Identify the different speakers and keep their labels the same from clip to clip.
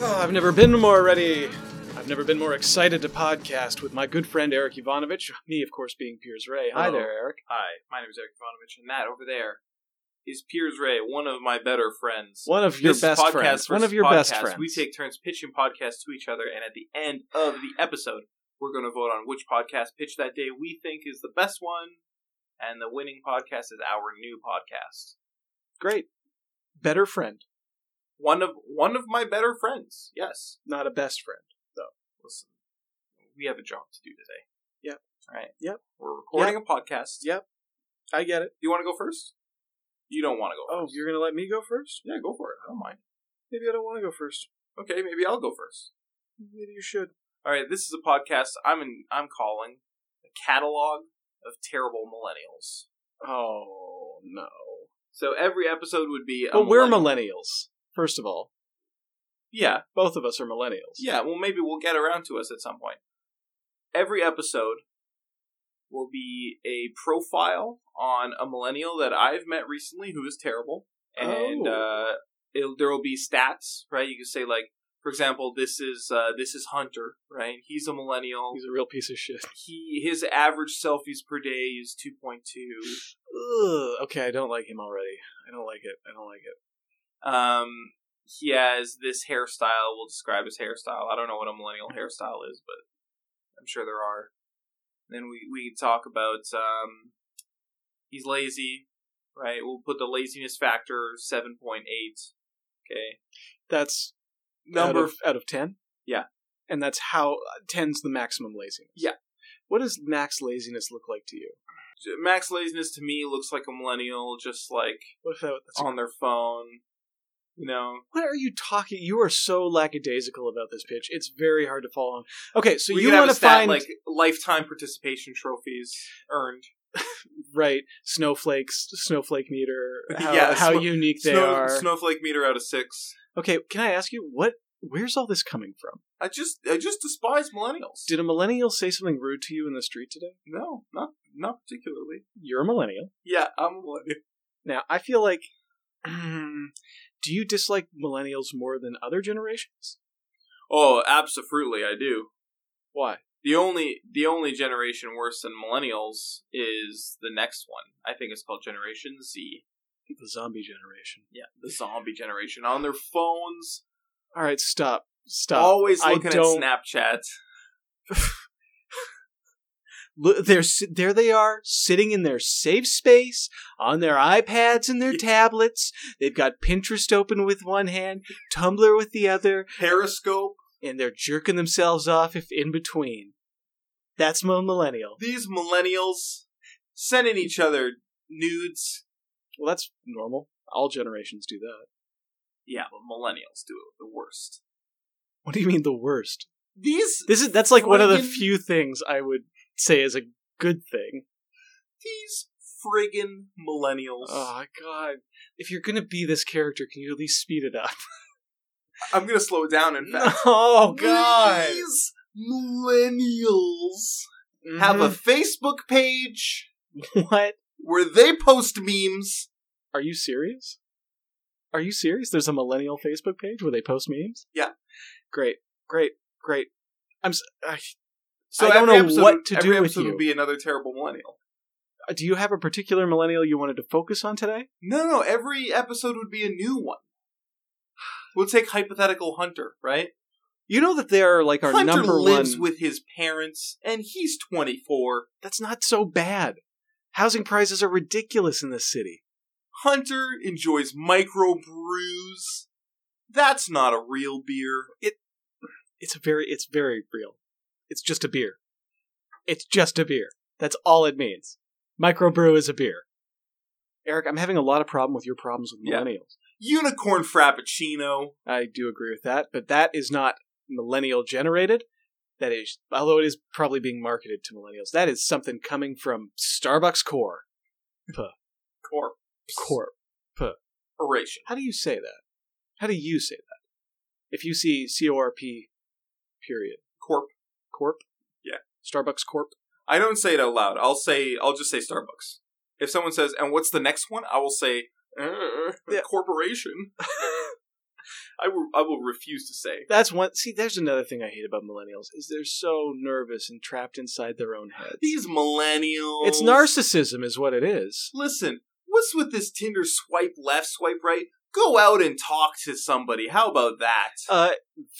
Speaker 1: Oh, I've never been more ready. I've never been more excited to podcast with my good friend Eric Ivanovich. Me, of course, being Piers Ray. Hi
Speaker 2: Hello.
Speaker 1: there, Eric.
Speaker 2: Hi, my name is Eric Ivanovich, and that over there is Piers Ray, one of my better friends.
Speaker 1: One of your
Speaker 2: This
Speaker 1: best
Speaker 2: podcast
Speaker 1: friends.
Speaker 2: versus
Speaker 1: One of your best
Speaker 2: podcast,
Speaker 1: friends.
Speaker 2: We take turns pitching podcasts to each other, and at the end of the episode, we're going to vote on which podcast pitch that day we think is the best one, and the winning podcast is our new podcast.
Speaker 1: great. Better friend,
Speaker 2: One of one of my better friends. Yes,
Speaker 1: not a best friend.
Speaker 2: listen, we have a job to do today.
Speaker 1: Yep.
Speaker 2: All right.
Speaker 1: Yep.
Speaker 2: We're recording a podcast.
Speaker 1: Yep. I get it.
Speaker 2: You want to go first? You don't want to go.
Speaker 1: Oh,
Speaker 2: first.
Speaker 1: you're gonna let me go first?
Speaker 2: yeah, go for it. I don't mind.
Speaker 1: Maybe I don't want to go first.
Speaker 2: Okay, maybe I'll go first.
Speaker 1: Maybe you should.
Speaker 2: All right, this is a podcast. I'm in, I'm calling a catalog of terrible millennials.
Speaker 1: Oh no.
Speaker 2: So every episode would be. A
Speaker 1: Well, we're
Speaker 2: millennial-
Speaker 1: millennials. First of all,
Speaker 2: Yeah,
Speaker 1: both of us are millennials.
Speaker 2: yeah. Well, maybe we'll get around to us at some point. Every episode will be a profile on a millennial that I've met recently who is terrible, and
Speaker 1: Oh.
Speaker 2: uh, it'll, there will be stats. Right, you can say like, for example, this is uh, this is Hunter. Right, he's a millennial.
Speaker 1: He's a real piece of shit.
Speaker 2: he his average selfies per day is 2.2
Speaker 1: Ugh. Okay, I don't like him already. I don't like it. I don't like it.
Speaker 2: um he has this hairstyle we'll describe his hairstyle i don't know what a millennial hairstyle is but i'm sure there are then we we can talk about um he's lazy right we'll put the laziness factor 7.8 okay
Speaker 1: That's
Speaker 2: Number
Speaker 1: out of, out of ten.
Speaker 2: Yeah.
Speaker 1: and that's how uh, ten's the maximum laziness.
Speaker 2: Yeah.
Speaker 1: What does max laziness look like to you?
Speaker 2: max laziness to me looks like a millennial just like
Speaker 1: What if that? That's
Speaker 2: on their phone you know
Speaker 1: what are you talking? You are so lackadaisical about this pitch. It's very hard to follow. Okay, so
Speaker 2: we
Speaker 1: you
Speaker 2: could have
Speaker 1: want
Speaker 2: a
Speaker 1: to
Speaker 2: stat
Speaker 1: find
Speaker 2: like lifetime participation trophies earned
Speaker 1: right snowflakes, snowflake meter, how,
Speaker 2: Yeah,
Speaker 1: how
Speaker 2: snow-
Speaker 1: unique they
Speaker 2: Snow-
Speaker 1: are.
Speaker 2: Snowflake meter out of six.
Speaker 1: Okay, can I ask you what? Where's all this coming from?
Speaker 2: I just I just despise millennials.
Speaker 1: Did a millennial say something rude to you in the street today?
Speaker 2: no, not not particularly.
Speaker 1: You're a millennial.
Speaker 2: Yeah, I'm a millennial.
Speaker 1: Now, I feel like, mm, do you dislike millennials more than other generations?
Speaker 2: Oh, absolutely, I do.
Speaker 1: Why?
Speaker 2: The only the only generation worse than millennials is the next one. I think it's called Generation Z.
Speaker 1: The zombie generation.
Speaker 2: Yeah, the zombie generation on their phones,
Speaker 1: All right, stop, stop.
Speaker 2: always
Speaker 1: I
Speaker 2: looking at
Speaker 1: don't-
Speaker 2: Snapchat.
Speaker 1: Look, they're si- there. They are sitting in their safe space on their iPads and their tablets. They've got Pinterest open with one hand, Tumblr with the other,
Speaker 2: Periscope.
Speaker 1: and they're jerking themselves off if in between. That's my millennial.
Speaker 2: These millennials sending each other nudes.
Speaker 1: Well, that's normal. All generations do that.
Speaker 2: Yeah, but millennials do it the worst.
Speaker 1: What do you mean the worst?
Speaker 2: These
Speaker 1: This is that's like one of the
Speaker 2: Friggin-
Speaker 1: few things I would say is a good thing.
Speaker 2: these friggin' millennials.
Speaker 1: Oh god. If you're gonna be this character, can you at least speed it up?
Speaker 2: I'm gonna slow it down. In fact,
Speaker 1: Oh
Speaker 2: these millennials have a
Speaker 1: Mm-hmm.
Speaker 2: Facebook page
Speaker 1: what?
Speaker 2: where they post memes.
Speaker 1: Are you serious? Are you serious? There's a millennial Facebook page where they post memes?
Speaker 2: Yeah.
Speaker 1: Great. Great. Great. I'm s- I,
Speaker 2: So
Speaker 1: I don't
Speaker 2: every
Speaker 1: know
Speaker 2: episode,
Speaker 1: what to
Speaker 2: every
Speaker 1: do with
Speaker 2: episode
Speaker 1: you.
Speaker 2: Would be another terrible millennial.
Speaker 1: Uh, do you have a particular millennial you wanted to focus on today?
Speaker 2: No, no. Every episode would be a new one. We'll take hypothetical Hunter, right?
Speaker 1: You know that they're like our
Speaker 2: Hunter
Speaker 1: number
Speaker 2: lives
Speaker 1: one
Speaker 2: with his parents, and he's 24.
Speaker 1: That's not so bad. Housing prices are ridiculous in this city.
Speaker 2: Hunter enjoys microbrews. That's not a real beer.
Speaker 1: It's a very it's very real. It's just a beer. It's just a beer. That's all it means. Microbrew is a beer. Eric, I'm having a lot of problem with your problems with
Speaker 2: Yeah.
Speaker 1: millennials.
Speaker 2: unicorn frappuccino.
Speaker 1: I do agree with that, but that is not millennial generated. That is although it is probably being marketed to millennials. That is something coming from Starbucks Core.
Speaker 2: Corp.
Speaker 1: Core.
Speaker 2: Oration.
Speaker 1: How do you say that? How do you say that? If you see C O R P period.
Speaker 2: Corp.
Speaker 1: Corp?
Speaker 2: Yeah.
Speaker 1: Starbucks Corp?
Speaker 2: I don't say it out loud. I'll say I'll just say Starbucks. If someone says, "And what's the next one?" I will say, "Uh,
Speaker 1: Yeah.
Speaker 2: "Corporation." I will, I will refuse to say.
Speaker 1: That's one. See, there's another thing I hate about millennials is they're so nervous and trapped inside their own heads.
Speaker 2: These millennials.
Speaker 1: It's narcissism, is what it is.
Speaker 2: Listen, what's with this Tinder swipe left, swipe right? Go out and talk to somebody. How about that?
Speaker 1: Uh,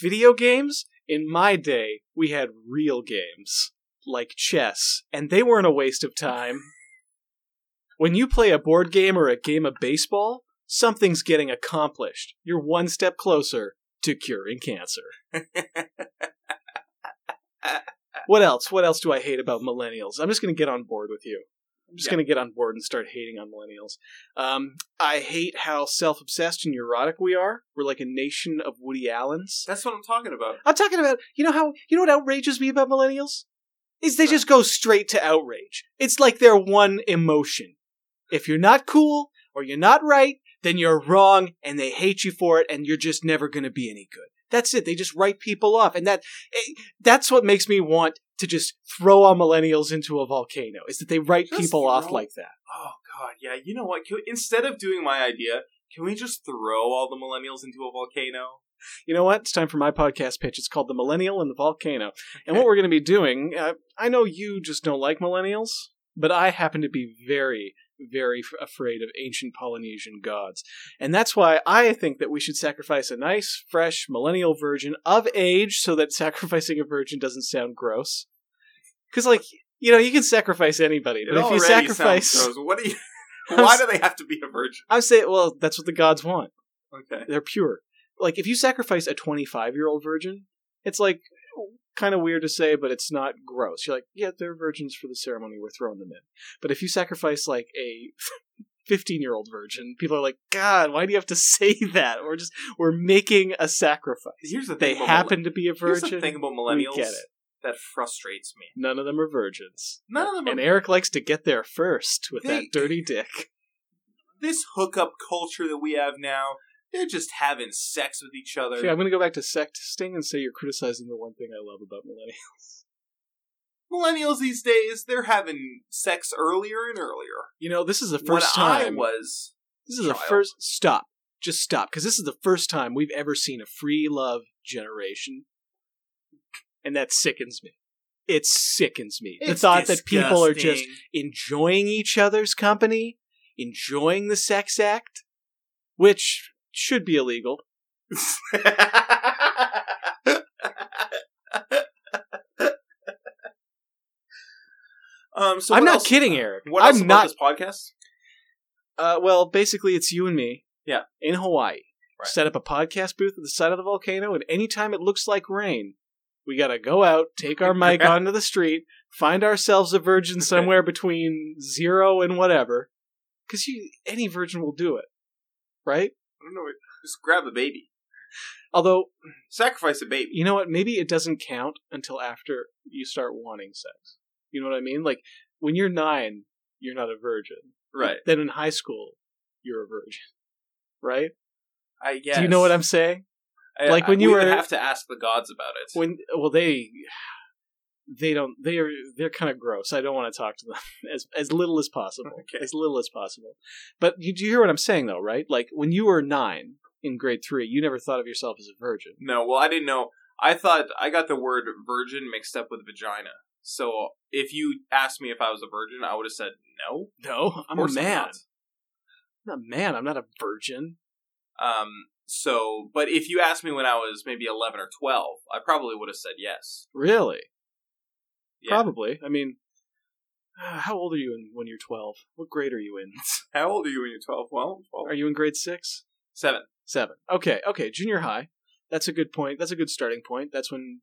Speaker 1: video games. In my day, we had real games like chess, and they weren't a waste of time. When you play a board game or a game of baseball, something's getting accomplished. You're one step closer to curing cancer. what else? What else do I hate about millennials? I'm just going to get on board with you. I'm just
Speaker 2: Yeah.
Speaker 1: going to get on board and start hating on millennials. Um, I hate how self obsessed and neurotic we are. We're like a nation of Woody Allens.
Speaker 2: That's what I'm talking about.
Speaker 1: I'm talking about, you know how, you know what outrages me about millennials? Is they just go straight to outrage. It's like their one emotion. If you're not cool or you're not right, then you're wrong and they hate you for it and you're just never going to be any good. That's it. They just write people off. And that, eh, that's what makes me want to just throw all millennials into a volcano is that they write
Speaker 2: Just
Speaker 1: people off
Speaker 2: throw-
Speaker 1: like that.
Speaker 2: Oh God, yeah. You know what? Can we, instead of doing my idea, can we just throw all the millennials into a volcano?
Speaker 1: you know what? It's time for my podcast pitch. It's called The Millennial and the Volcano. And what we're going to be doing, uh, I know you just don't like millennials, but I happen to be very, very f- afraid of ancient Polynesian gods. And that's why I think that we should sacrifice a nice, fresh millennial virgin of age so that sacrificing a virgin doesn't sound gross. Because, like, you know, you can sacrifice anybody, but if you
Speaker 2: already
Speaker 1: sacrifice.
Speaker 2: sounds gross. what do you?
Speaker 1: I'm
Speaker 2: Why
Speaker 1: s-
Speaker 2: do they have to be a virgin?
Speaker 1: I say, well, that's what the gods want.
Speaker 2: Okay.
Speaker 1: they're pure. Like if you sacrifice a 25 year old virgin, it's like kind of weird to say, but it's not gross. You're like, yeah, they're virgins for the ceremony. We're throwing them in. But if you sacrifice like a 15 year old virgin, people are like, God, why do you have to say that? We're just we're making a sacrifice.
Speaker 2: Here's the
Speaker 1: They
Speaker 2: thing about
Speaker 1: happen to be a
Speaker 2: mille- Here's
Speaker 1: virgin.
Speaker 2: the thing about
Speaker 1: we
Speaker 2: millennials
Speaker 1: get it.
Speaker 2: that frustrates me.
Speaker 1: None of them are virgins.
Speaker 2: None of them.
Speaker 1: And
Speaker 2: Are,
Speaker 1: Eric likes to get there first with that
Speaker 2: They-
Speaker 1: dirty dick.
Speaker 2: this hookup culture that we have now, they're just having sex with each other.
Speaker 1: Okay, I'm going to go back to sexting and say you're criticizing the one thing I love about millennials.
Speaker 2: Millennials these days, they're having sex earlier and earlier.
Speaker 1: You know, this is the
Speaker 2: when
Speaker 1: first
Speaker 2: I
Speaker 1: time.
Speaker 2: was
Speaker 1: This is the
Speaker 2: child.
Speaker 1: first stop. Just stop, because this is the first time we've ever seen a free love generation, and that sickens me. It sickens me. the
Speaker 2: It's
Speaker 1: thought that people are just
Speaker 2: disgusting.
Speaker 1: enjoying each other's company, enjoying the sex act, which should be illegal.
Speaker 2: um, so
Speaker 1: I'm
Speaker 2: what
Speaker 1: not
Speaker 2: else-
Speaker 1: kidding, Eric.
Speaker 2: What else
Speaker 1: I'm
Speaker 2: about
Speaker 1: not.
Speaker 2: this podcast?
Speaker 1: Uh, well, basically, it's you and me.
Speaker 2: Yeah.
Speaker 1: In Hawaii,
Speaker 2: Right.
Speaker 1: set up a podcast booth at the side of the volcano, and anytime it looks like rain, we gotta go out, take our mic onto the street, find ourselves a virgin
Speaker 2: Okay.
Speaker 1: somewhere between zero and whatever, because you any virgin will do it, right?
Speaker 2: I don't know. Just grab a baby,
Speaker 1: Although
Speaker 2: sacrifice a baby.
Speaker 1: you know what, maybe it doesn't count until after you start wanting sex. You know what I mean? Like when you're nine, you're not a virgin.
Speaker 2: Right.
Speaker 1: Then in high school, you're a virgin, right?
Speaker 2: I guess.
Speaker 1: Do you know what I'm saying? like when you
Speaker 2: we
Speaker 1: were-
Speaker 2: would have to ask the gods about it.
Speaker 1: when well they they don't they are they're kind of gross i don't want to talk to them as as little as possible
Speaker 2: Okay.
Speaker 1: as little as possible but you do you hear what i'm saying though right like when you were nine in grade three you never thought of yourself as a virgin
Speaker 2: No, well, I didn't know. I thought I got the word virgin mixed up with vagina. So if you asked me if I was a virgin, I would have said no.
Speaker 1: no i'm
Speaker 2: Of
Speaker 1: a
Speaker 2: course I'm
Speaker 1: man
Speaker 2: not.
Speaker 1: i'm a man i'm not a virgin
Speaker 2: Um. So, but if you asked me when I was maybe eleven or twelve, I probably would have said yes.
Speaker 1: really
Speaker 2: Yeah.
Speaker 1: probably i mean uh, how old are you in, when you're 12 what grade are you in
Speaker 2: How old are you when you're twelve? Well, 12.
Speaker 1: are you in grade six
Speaker 2: seven.
Speaker 1: Seven. Okay, okay. Junior high. That's a good point. That's a good starting point. That's when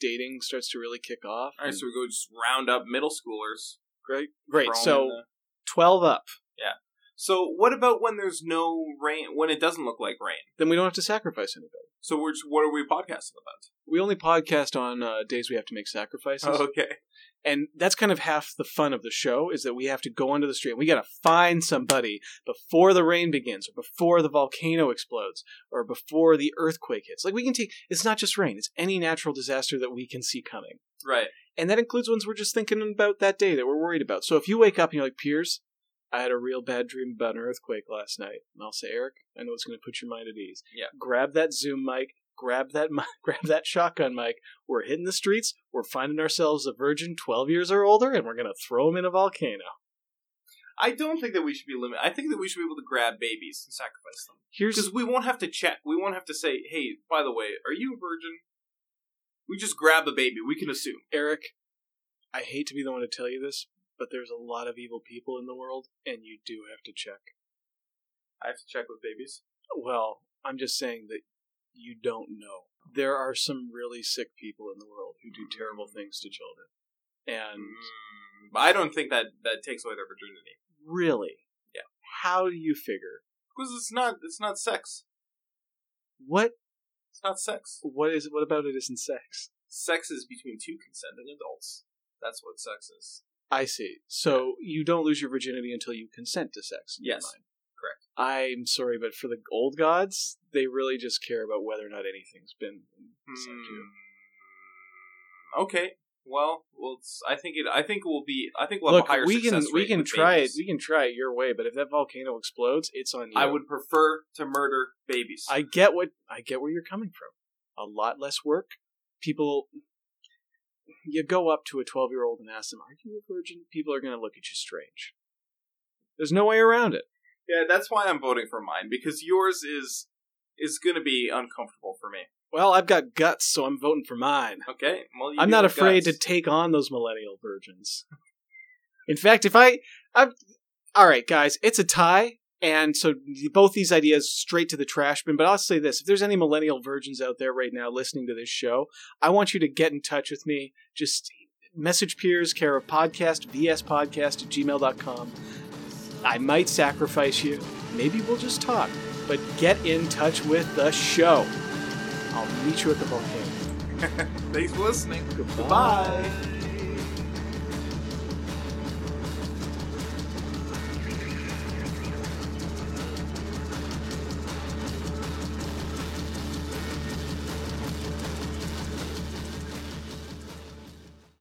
Speaker 1: dating starts to really kick off.
Speaker 2: All right, so we go just round up middle schoolers.
Speaker 1: great, Mm. great.
Speaker 2: throw 'em in
Speaker 1: So
Speaker 2: the-
Speaker 1: twelve up.
Speaker 2: so what about when there's no rain? When it doesn't look like rain?
Speaker 1: Then we don't have to sacrifice anybody.
Speaker 2: So we're just, what are we podcasting about?
Speaker 1: We only podcast on uh, days we have to make sacrifices,
Speaker 2: okay.
Speaker 1: and that's kind of half the fun of the show is that we have to go onto the street and we got to find somebody before the rain begins, or before the volcano explodes, or before the earthquake hits. Like we can take. It's not just rain; it's any natural disaster that we can see coming.
Speaker 2: Right.
Speaker 1: And that includes ones we're just thinking about that day that we're worried about. So if you wake up and you're like, Piers, I had a real bad dream about an earthquake last night, and I'll say, Eric, I know it's going to put your mind at ease.
Speaker 2: Yeah.
Speaker 1: Grab that Zoom mic, grab that mi- grab that shotgun mic. We're hitting the streets. We're finding ourselves a virgin twelve years or older, and we're going to throw him in a volcano.
Speaker 2: I don't think that we should be limited. I think that we should be able to grab babies and sacrifice them
Speaker 1: Here's
Speaker 2: because we won't have to check. We won't have to say, "Hey, by the way, are you a virgin?" We just grab the baby. We can assume.
Speaker 1: Eric. I hate to be the one to tell you this, but there's a lot of evil people in the world, and you do have to check.
Speaker 2: I have to check with babies.
Speaker 1: Well, I'm just saying that you don't know. There are some really sick people in the world who do terrible things to children. And
Speaker 2: Mm, but I don't think that that takes away their virginity
Speaker 1: really,
Speaker 2: Yeah.
Speaker 1: how do you figure
Speaker 2: because it's not. It's not sex.
Speaker 1: what
Speaker 2: It's not sex.
Speaker 1: what is what about it isn't sex?
Speaker 2: Sex is between two consenting adults. That's what sex is.
Speaker 1: I see. So you don't lose your virginity until you consent to sex. in your
Speaker 2: Yes,
Speaker 1: mind.
Speaker 2: correct.
Speaker 1: I'm sorry, but for the old gods, they really just care about whether or not anything's been sent to you.
Speaker 2: Hmm. Okay. Well, well, it's- I think it. I think we'll be. I think we'll
Speaker 1: Look,
Speaker 2: have a higher
Speaker 1: we can
Speaker 2: success
Speaker 1: we
Speaker 2: rate
Speaker 1: can
Speaker 2: with
Speaker 1: try
Speaker 2: babies.
Speaker 1: it. We can try it your way, but if that volcano explodes, it's on you.
Speaker 2: I would prefer to murder babies.
Speaker 1: I get what I get where you're coming from. A lot less work. People you go up to a 12-year-old and ask them, "Are you a virgin?" People are going to look at you strange. There's no way around it.
Speaker 2: yeah, that's why I'm voting for mine because yours is is going to be uncomfortable for me.
Speaker 1: Well, I've got guts, so I'm voting for mine.
Speaker 2: Okay. Well, you
Speaker 1: I'm
Speaker 2: do
Speaker 1: not
Speaker 2: have
Speaker 1: afraid
Speaker 2: guts.
Speaker 1: to take on those millennial virgins. In fact, if I I'm All right, guys, it's a tie. And so both these ideas straight to the trash bin. But I'll say this if there's any millennial virgins out there right now listening to this show, I want you to get in touch with me. Just message peers, care of podcast, vspodcast at gmail.com. I might sacrifice you. Maybe we'll just talk. But get in touch with the show. I'll meet you at the volcano.
Speaker 2: Thanks for listening.
Speaker 1: Goodbye.
Speaker 2: Goodbye.